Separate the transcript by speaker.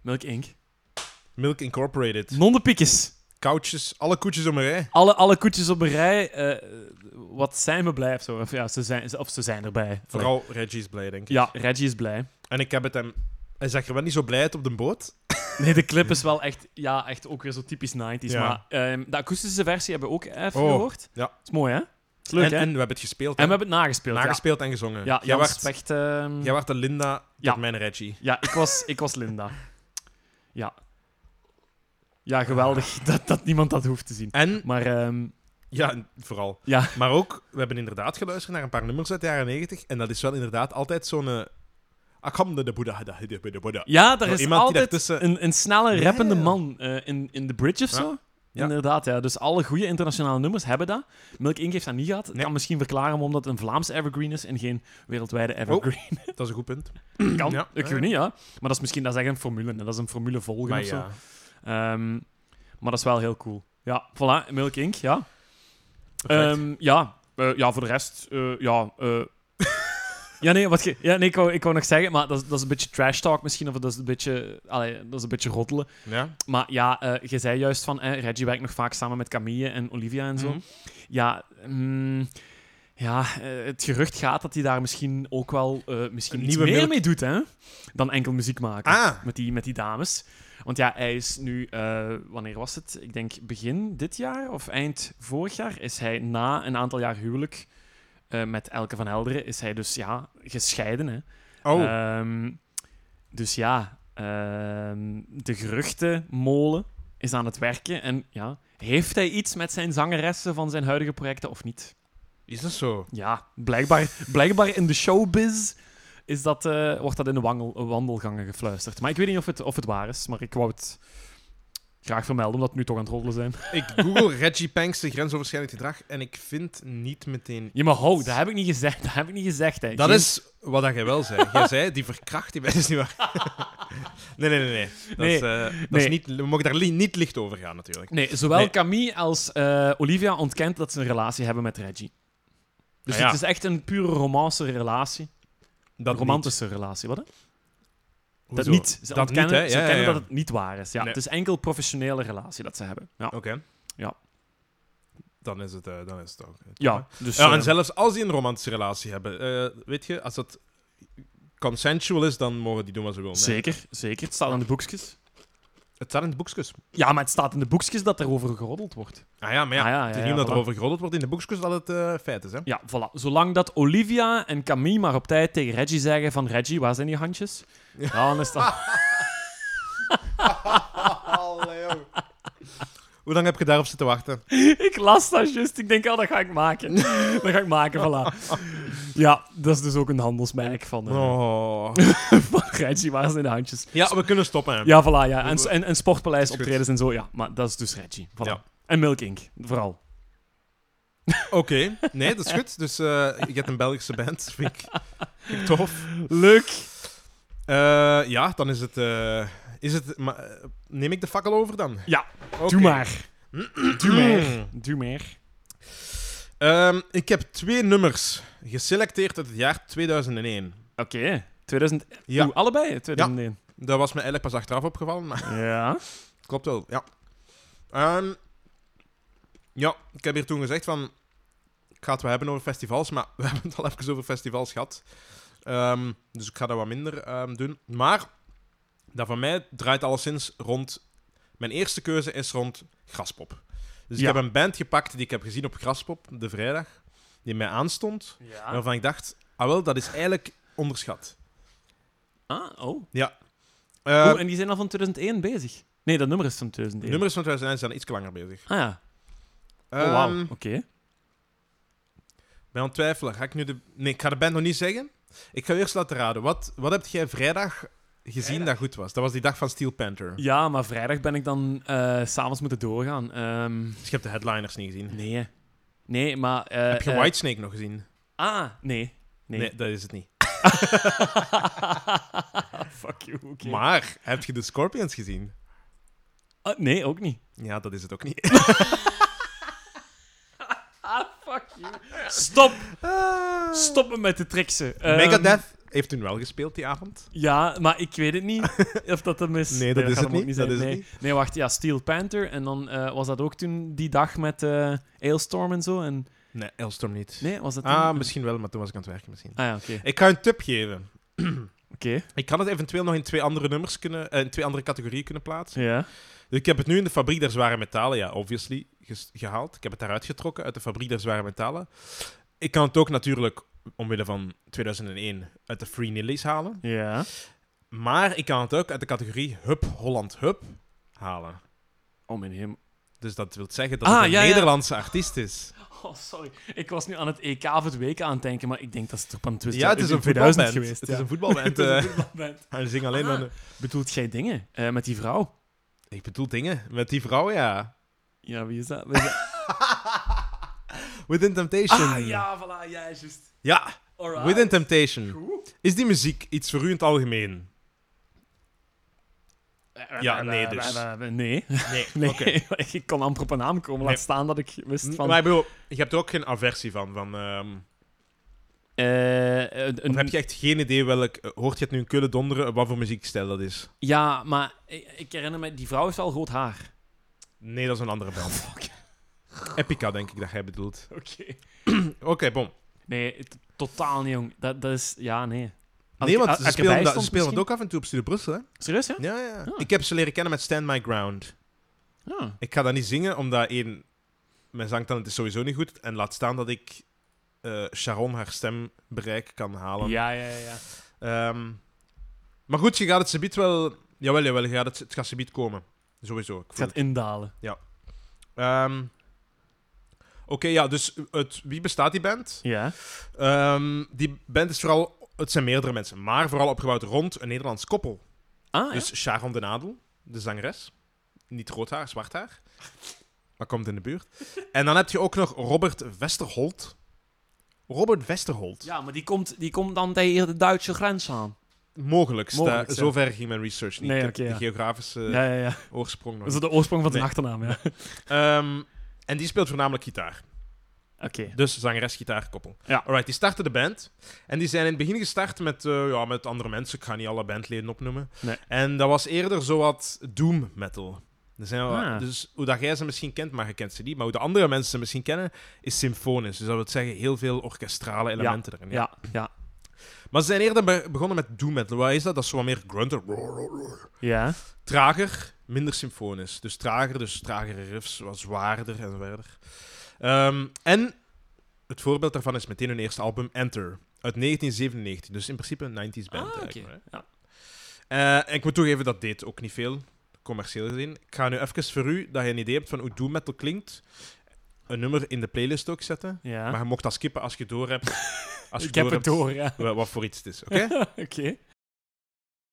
Speaker 1: Milk Inc.
Speaker 2: Milk Incorporated.
Speaker 1: Nondepiekjes.
Speaker 2: Koutjes, alle koetjes om een rij.
Speaker 1: Alle, alle koetjes op een rij. eh, wat zijn we blij of zo? Of, ja, ze, zijn, of ze zijn erbij.
Speaker 2: Vooral Reggie is blij, denk ik.
Speaker 1: Ja, Reggie is blij.
Speaker 2: En ik heb het hem... Hij zag er wel niet zo blij uit op de boot.
Speaker 1: Nee, de clip is wel echt, ja, echt ook weer zo typisch 90s.
Speaker 2: Ja.
Speaker 1: Maar ehm, de akoestische versie hebben we ook even
Speaker 2: Oh,
Speaker 1: gehoord.
Speaker 2: ja.
Speaker 1: Is mooi, hè? Is leuk,
Speaker 2: en,
Speaker 1: hè?
Speaker 2: en
Speaker 1: En,
Speaker 2: we hebben het gespeeld.
Speaker 1: we hebben het nagespeeld.
Speaker 2: nagespeeld en gezongen.
Speaker 1: ja, ja
Speaker 2: jij,
Speaker 1: Jan
Speaker 2: werd,
Speaker 1: Specht. ehm,
Speaker 2: jij werd de Linda, ik
Speaker 1: Ja.
Speaker 2: werd mijn Reggie.
Speaker 1: Ja, ik was, ik was Linda. Ja. Ja, geweldig dat, dat niemand dat hoeft te zien.
Speaker 2: En,
Speaker 1: Maar ehm,
Speaker 2: ja, en vooral.
Speaker 1: Ja.
Speaker 2: Maar ook, we hebben inderdaad geluisterd naar een paar nummers uit de jaren 90. En dat is wel inderdaad altijd zo'n... eh, Akham de de Boeddha, de de- de de Boeddha.
Speaker 1: ja, er
Speaker 2: Zo
Speaker 1: is
Speaker 2: iemand die
Speaker 1: altijd
Speaker 2: daartussen-
Speaker 1: een, een snelle
Speaker 2: Ja,
Speaker 1: rappende
Speaker 2: ja.
Speaker 1: man eh, in, in The Bridge of
Speaker 2: Ja.
Speaker 1: zo.
Speaker 2: Ja.
Speaker 1: Inderdaad, ja. Dus alle goede internationale nummers hebben dat. Milk Inc. heeft dat niet gehad. Dat
Speaker 2: Nee.
Speaker 1: kan misschien verklaren omdat het een Vlaams evergreen is en geen wereldwijde evergreen.
Speaker 2: Dat is een goed punt.
Speaker 1: kan,
Speaker 2: Oh. Ja.
Speaker 1: ik weet niet, ja. Maar dat is misschien dat is echt een formule. hè. Dat is een formule volgen
Speaker 2: Maar
Speaker 1: of zo.
Speaker 2: ja.
Speaker 1: Ehm, maar dat is wel heel cool. Ja, voilà. Milk Inc., ja.
Speaker 2: perfect.
Speaker 1: Ehm, ja. Eh, ja, voor de rest, eh, ja. eh. ja, nee, wat ge- ja, nee ik, wou, ik wou nog zeggen, maar dat is, dat is een beetje trash talk misschien, of dat is een beetje, allee, dat is een beetje rottelen.
Speaker 2: ja.
Speaker 1: Maar ja, eh, je zei juist van, eh, Reggie werkt nog vaak samen met Camille en Olivia en zo.
Speaker 2: Mhm.
Speaker 1: Ja, mm, ja eh, het gerucht gaat dat hij daar misschien ook wel eh misschien
Speaker 2: Een
Speaker 1: iets
Speaker 2: nieuwe
Speaker 1: meer
Speaker 2: Milk-
Speaker 1: mee doet, hè? Dan enkel muziek maken
Speaker 2: Ah,
Speaker 1: met die, met die dames. Want ja, hij is nu, eh, wanneer was het? Ik denk begin dit jaar of eind vorig jaar is hij na een aantal jaar huwelijk eh, met Elke van Helderen, is hij dus ja, gescheiden. Hè?
Speaker 2: oh.
Speaker 1: Ehm, dus ja, ehm, de geruchtenmolen is aan het werken. En ja, heeft hij iets met zijn zangeressen van zijn huidige projecten of niet?
Speaker 2: is dat zo?
Speaker 1: Ja, blijkbaar, blijkbaar in de showbiz is dat, eh, wordt dat in de wangel- wandelgangen gefluisterd. Maar ik weet niet of het, of het waar is, maar ik wou het graag vermelden, omdat we nu toch aan het roddelen zijn.
Speaker 2: Ik google Reggie Panks, de grensoverschrijdend gedrag, en ik vind niet meteen...
Speaker 1: Ja, maar ho, dat heb ik niet gezegd. Dat heb ik niet gezegd, hè.
Speaker 2: Dat
Speaker 1: Geen-
Speaker 2: is wat dat jij wel zei. Jij zei, die verkrachting, dat is niet waar. nee, nee, nee. nee. Dat,
Speaker 1: Nee,
Speaker 2: Is, eh, dat
Speaker 1: nee.
Speaker 2: Is niet, we mogen daar li- niet licht over gaan, natuurlijk.
Speaker 1: Nee, zowel
Speaker 2: Nee.
Speaker 1: Camille als eh, Olivia ontkent dat ze een relatie hebben met Reggie. Dus
Speaker 2: Ah, ja.
Speaker 1: het is echt een pure romance relatie.
Speaker 2: Dat
Speaker 1: een romantische relatie, wat hè?
Speaker 2: niet.
Speaker 1: Dat
Speaker 2: Hoezo?
Speaker 1: niet. Ze
Speaker 2: Dat
Speaker 1: ontkennen,
Speaker 2: niet, hè?
Speaker 1: ze
Speaker 2: Ja, ja,
Speaker 1: ontkennen
Speaker 2: ja.
Speaker 1: dat het niet waar is. Ja,
Speaker 2: Nee. Oh.
Speaker 1: Het is enkel professionele relatie dat ze hebben. Ja,
Speaker 2: Oké.
Speaker 1: Ja.
Speaker 2: Dan is het, eh, dan is het ook.
Speaker 1: ja dus...
Speaker 2: Ja,
Speaker 1: eh,
Speaker 2: en zelfs als die een romantische relatie hebben, eh, weet je, als dat consensual is, dan mogen die doen wat ze willen. hè.
Speaker 1: Zeker, zeker. Het staat in de boekjes.
Speaker 2: Het staat in de boekjes.
Speaker 1: Ja, maar het staat in de boekjes dat erover geroddeld wordt.
Speaker 2: Ah ja, maar ja,
Speaker 1: Ah, ja,
Speaker 2: het
Speaker 1: ja,
Speaker 2: is
Speaker 1: ja,
Speaker 2: niet omdat
Speaker 1: voilà.
Speaker 2: er over geroddeld wordt in de boekjes dat het eh, feit is, hè?
Speaker 1: Ja, voilà. Zolang dat Olivia en Camille maar op tijd tegen Reggie zeggen van... Reggie, waar zijn die handjes? Ja, dan is dat...
Speaker 2: Hoe lang heb je daarop zitten wachten?
Speaker 1: ik las dat juist. Ik denk, oh, dat ga ik maken. dat ga ik maken, voilà. Ja, dat is dus ook een handelsmerk van, eh,
Speaker 2: Oh.
Speaker 1: van Reggie, waar zijn de handjes?
Speaker 2: Ja, we kunnen stoppen. hè.
Speaker 1: Ja, voilà, ja. En, en, en sportpaleis
Speaker 2: Is goed.
Speaker 1: optredens en zo, ja. Maar dat is dus Reggie. Voilà.
Speaker 2: Ja.
Speaker 1: En Milk Inc. vooral.
Speaker 2: Oké, nee, dat is goed. Dus eh, je hebt een Belgische band, vind ik, vind ik tof.
Speaker 1: Leuk.
Speaker 2: Eh, ja, dan is het... eh, is het maar, eh, neem ik de fakkel over dan?
Speaker 1: Ja,
Speaker 2: Oké.
Speaker 1: Doe maar. Doe maar.
Speaker 2: Mm.
Speaker 1: Doe maar.
Speaker 2: Ehm, ik heb twee nummers geselecteerd uit het jaar 2001.
Speaker 1: Oké. 2000...
Speaker 2: Ja.
Speaker 1: Oeh, allebei 2001.
Speaker 2: Dat was me eigenlijk pas achteraf opgevallen, maar
Speaker 1: Ja.
Speaker 2: klopt wel, ja. Ehm, ja, ik heb hier toen gezegd van... Ik ga het wel hebben over festivals, maar we hebben het al even over festivals gehad. Ehm, dus ik ga dat wat minder ehm, doen. Maar dat van mij draait alleszins rond... Mijn eerste keuze is rond Graspop. Dus
Speaker 1: Ja.
Speaker 2: ik heb een band gepakt die ik heb gezien op Graspop, de vrijdag. Die mij aanstond. Waarvan ik dacht, ah wel, dat is eigenlijk onderschat.
Speaker 1: Ah, oh.
Speaker 2: Eh,
Speaker 1: Oeh, en die zijn al van 2001 bezig. Nee, dat nummer is van 2001.
Speaker 2: de nummers van 2001 zijn iets langer bezig.
Speaker 1: Ah ja.
Speaker 2: Ehm
Speaker 1: Oh, wauw. Oké.
Speaker 2: ben aan het twijfelen. Ga ik nu de... Nee, ik ga de band nog niet zeggen. Ik ga eerst laten raden. Wat, wat heb jij vrijdag gezien dat goed was? Dat was die dag van Steel Panther.
Speaker 1: Ja, maar vrijdag ben ik dan eh, s s'avonds moeten doorgaan. Ehm,
Speaker 2: Dus je hebt de headliners niet gezien.
Speaker 1: nee. Nee, maar... eh,
Speaker 2: Eh, heb je
Speaker 1: eh,
Speaker 2: Whitesnake nog gezien?
Speaker 1: ah, nee. Nee.
Speaker 2: Nee. dat is het niet.
Speaker 1: Fuck you, oké.
Speaker 2: Maar heb je de Scorpions gezien?
Speaker 1: Ah, nee, ook niet.
Speaker 2: Ja, dat is het ook niet. Ah.
Speaker 1: Fuck you. Stop! Stoppen met de tricksen. Ehm,
Speaker 2: Megadeth heeft toen wel gespeeld die avond.
Speaker 1: Ja, maar ik weet het niet of dat hem is.
Speaker 2: Nee, dat is
Speaker 1: gaat
Speaker 2: het
Speaker 1: hem ook
Speaker 2: niet, dat
Speaker 1: zijn.
Speaker 2: is het
Speaker 1: nee. nee, wacht. Ja, Steel Panther. En dan eh, was dat ook toen die dag met eh Ailstorm en zo. En...
Speaker 2: Nee, Elstorm niet.
Speaker 1: Nee, was dat toen?
Speaker 2: ah, misschien wel, maar toen was ik aan het werken misschien.
Speaker 1: Ah ja, oké.
Speaker 2: Ik ga een tip geven.
Speaker 1: Oké.
Speaker 2: Ik kan het eventueel nog in twee andere nummers kunnen, eh, in twee andere categorieën kunnen plaatsen.
Speaker 1: Ja.
Speaker 2: Ik heb het nu in de fabriek der zware metalen, ja, obviously, ges- gehaald. Ik heb het daaruit getrokken, uit de fabriek der zware metalen. Ik kan het ook natuurlijk, omwille van 2001, uit de Free Nillies halen.
Speaker 1: Ja.
Speaker 2: Maar ik kan het ook uit de categorie Hub Holland Hub halen.
Speaker 1: Oh, mijn hemel.
Speaker 2: Dus dat wil zeggen dat
Speaker 1: Ah,
Speaker 2: het een
Speaker 1: ja, ja.
Speaker 2: Nederlandse artiest is.
Speaker 1: Oh, sorry. Ik was nu aan het EK of het WK aan het denken, maar ik denk dat is toch een twist
Speaker 2: ja, Dus het is een
Speaker 1: 2000
Speaker 2: voetbalband.
Speaker 1: geweest.
Speaker 2: het
Speaker 1: ja.
Speaker 2: is een voetbalband.
Speaker 1: Het is een
Speaker 2: eh,
Speaker 1: voetbalband.
Speaker 2: Hij zingt alleen maar...
Speaker 1: Ah. Bedoelt jij dingen eh, met die vrouw?
Speaker 2: Ik bedoel dingen. Met die vrouw, ja.
Speaker 1: Ja, wie is dat? Wie is dat?
Speaker 2: Within Temptation.
Speaker 1: Ah, ja, voilà. Ja, juist.
Speaker 2: Ja,
Speaker 1: Alright.
Speaker 2: Within Temptation.
Speaker 1: Goed.
Speaker 2: Is die muziek iets voor u in het algemeen?
Speaker 1: Eh,
Speaker 2: Ja, nee dus.
Speaker 1: Nee.
Speaker 2: Nee.
Speaker 1: Nee,
Speaker 2: Oké.
Speaker 1: ik kon amper op een naam komen.
Speaker 2: Nee.
Speaker 1: Laat staan dat ik wist van...
Speaker 2: Maar ik bedoel, je hebt er ook geen aversie van. van ehm,
Speaker 1: Eh, een-
Speaker 2: of heb je echt geen idee welk... eh, Hoort je het nu in Keulen donderen? Wat voor muziekstijl dat is?
Speaker 1: Ja, maar ik, ik herinner me... Die vrouw heeft wel rood haar.
Speaker 2: Nee, dat is een andere band. Epica, denk ik dat jij bedoelt.
Speaker 1: Oké.
Speaker 2: Oké, bom.
Speaker 1: Nee, t- totaal niet, jong. Dat, dat is... Ja, nee. Als
Speaker 2: Nee,
Speaker 1: ik-
Speaker 2: want
Speaker 1: als
Speaker 2: ze
Speaker 1: ik
Speaker 2: spelen,
Speaker 1: erbij
Speaker 2: dat, ze
Speaker 1: stond
Speaker 2: spelen het
Speaker 1: misschien-
Speaker 2: ook af en toe op Studio Brussel, hè?
Speaker 1: Serieus, ja?
Speaker 2: Ja, ja.
Speaker 1: Ah.
Speaker 2: Ik heb ze leren kennen met Stand My Ground.
Speaker 1: Ja.
Speaker 2: Ik ga dat niet zingen, omdat één, mijn zangtalent is sowieso niet goed. En laat staan dat ik eh, Sharon haar stembereik kan halen.
Speaker 1: Ja, ja, ja.
Speaker 2: Ehm, maar goed, je gaat het subiet wel... Jawel, jawel, je gaat het, het gaat subiet komen. Sowieso. Ik
Speaker 1: Het
Speaker 2: voel
Speaker 1: gaat indalen.
Speaker 2: het. Ehm, Oké, ja, dus uit wie bestaat die band?
Speaker 1: Ja.
Speaker 2: Ehm, die band is vooral... Het zijn meerdere mensen, maar vooral opgebouwd rond een Nederlands koppel.
Speaker 1: Ah,
Speaker 2: Dus Sharon de Nadel, de zangeres. Niet rood haar, zwart haar. Maar komt in de buurt. En dan heb je ook nog Robert Westerholt. Robert Westerholt.
Speaker 1: ja. ja, maar die komt, die komt dan tegen de Duitse grens aan.
Speaker 2: Mogelijk. sta-
Speaker 1: Mogelijk, ja.
Speaker 2: Zover ging mijn research niet.
Speaker 1: Nee,
Speaker 2: Ik heb
Speaker 1: oké,
Speaker 2: de
Speaker 1: ja.
Speaker 2: geografische
Speaker 1: ja, ja, ja.
Speaker 2: oorsprong nog
Speaker 1: Dat is
Speaker 2: niet.
Speaker 1: de oorsprong van zijn
Speaker 2: Eh, Nee.
Speaker 1: achternaam, ja.
Speaker 2: Ehm, en die speelt voornamelijk gitaar.
Speaker 1: Oké.
Speaker 2: Dus zangeres-gitaarkoppel.
Speaker 1: Ja.
Speaker 2: Alright, die starten de band. En die zijn in het begin gestart met, eh, ja, met andere mensen. Ik ga niet alle bandleden opnoemen.
Speaker 1: Nee.
Speaker 2: En dat was eerder zowat doom metal. Er zijn wel-
Speaker 1: Ah.
Speaker 2: Dus hoe dat jij ze misschien kent, maar je kent ze niet. Maar hoe de andere mensen ze misschien kennen, is symfonisch. Dus dat wil zeggen heel veel orkestrale elementen erin. ja.
Speaker 1: Ja, ja.
Speaker 2: Maar ze zijn eerder be- begonnen met doom metal. Wat is dat? Dat is zo wat meer grunter. Roar, roar, roar.
Speaker 1: Ja.
Speaker 2: Trager, minder symfonisch. Dus trager, dus tragere riffs, wat zwaarder en verder. Ehm, en het voorbeeld daarvan is meteen hun eerste album, Enter. Uit 1997, dus in principe een 90s band.
Speaker 1: Ah, oké.
Speaker 2: eigenlijk, maar, hè.
Speaker 1: Ja.
Speaker 2: Eh, en ik moet toegeven, dat deed ook niet veel, commercieel gezien. Ik ga nu even voor u, dat je een idee hebt van hoe doom metal klinkt, een nummer in de playlist ook zetten.
Speaker 1: Ja.
Speaker 2: Maar je mocht dat skippen als je door hebt. Als je
Speaker 1: Ik heb het
Speaker 2: hebt
Speaker 1: door, ja.
Speaker 2: wa- Wat voor iets het is, oké?
Speaker 1: Oké.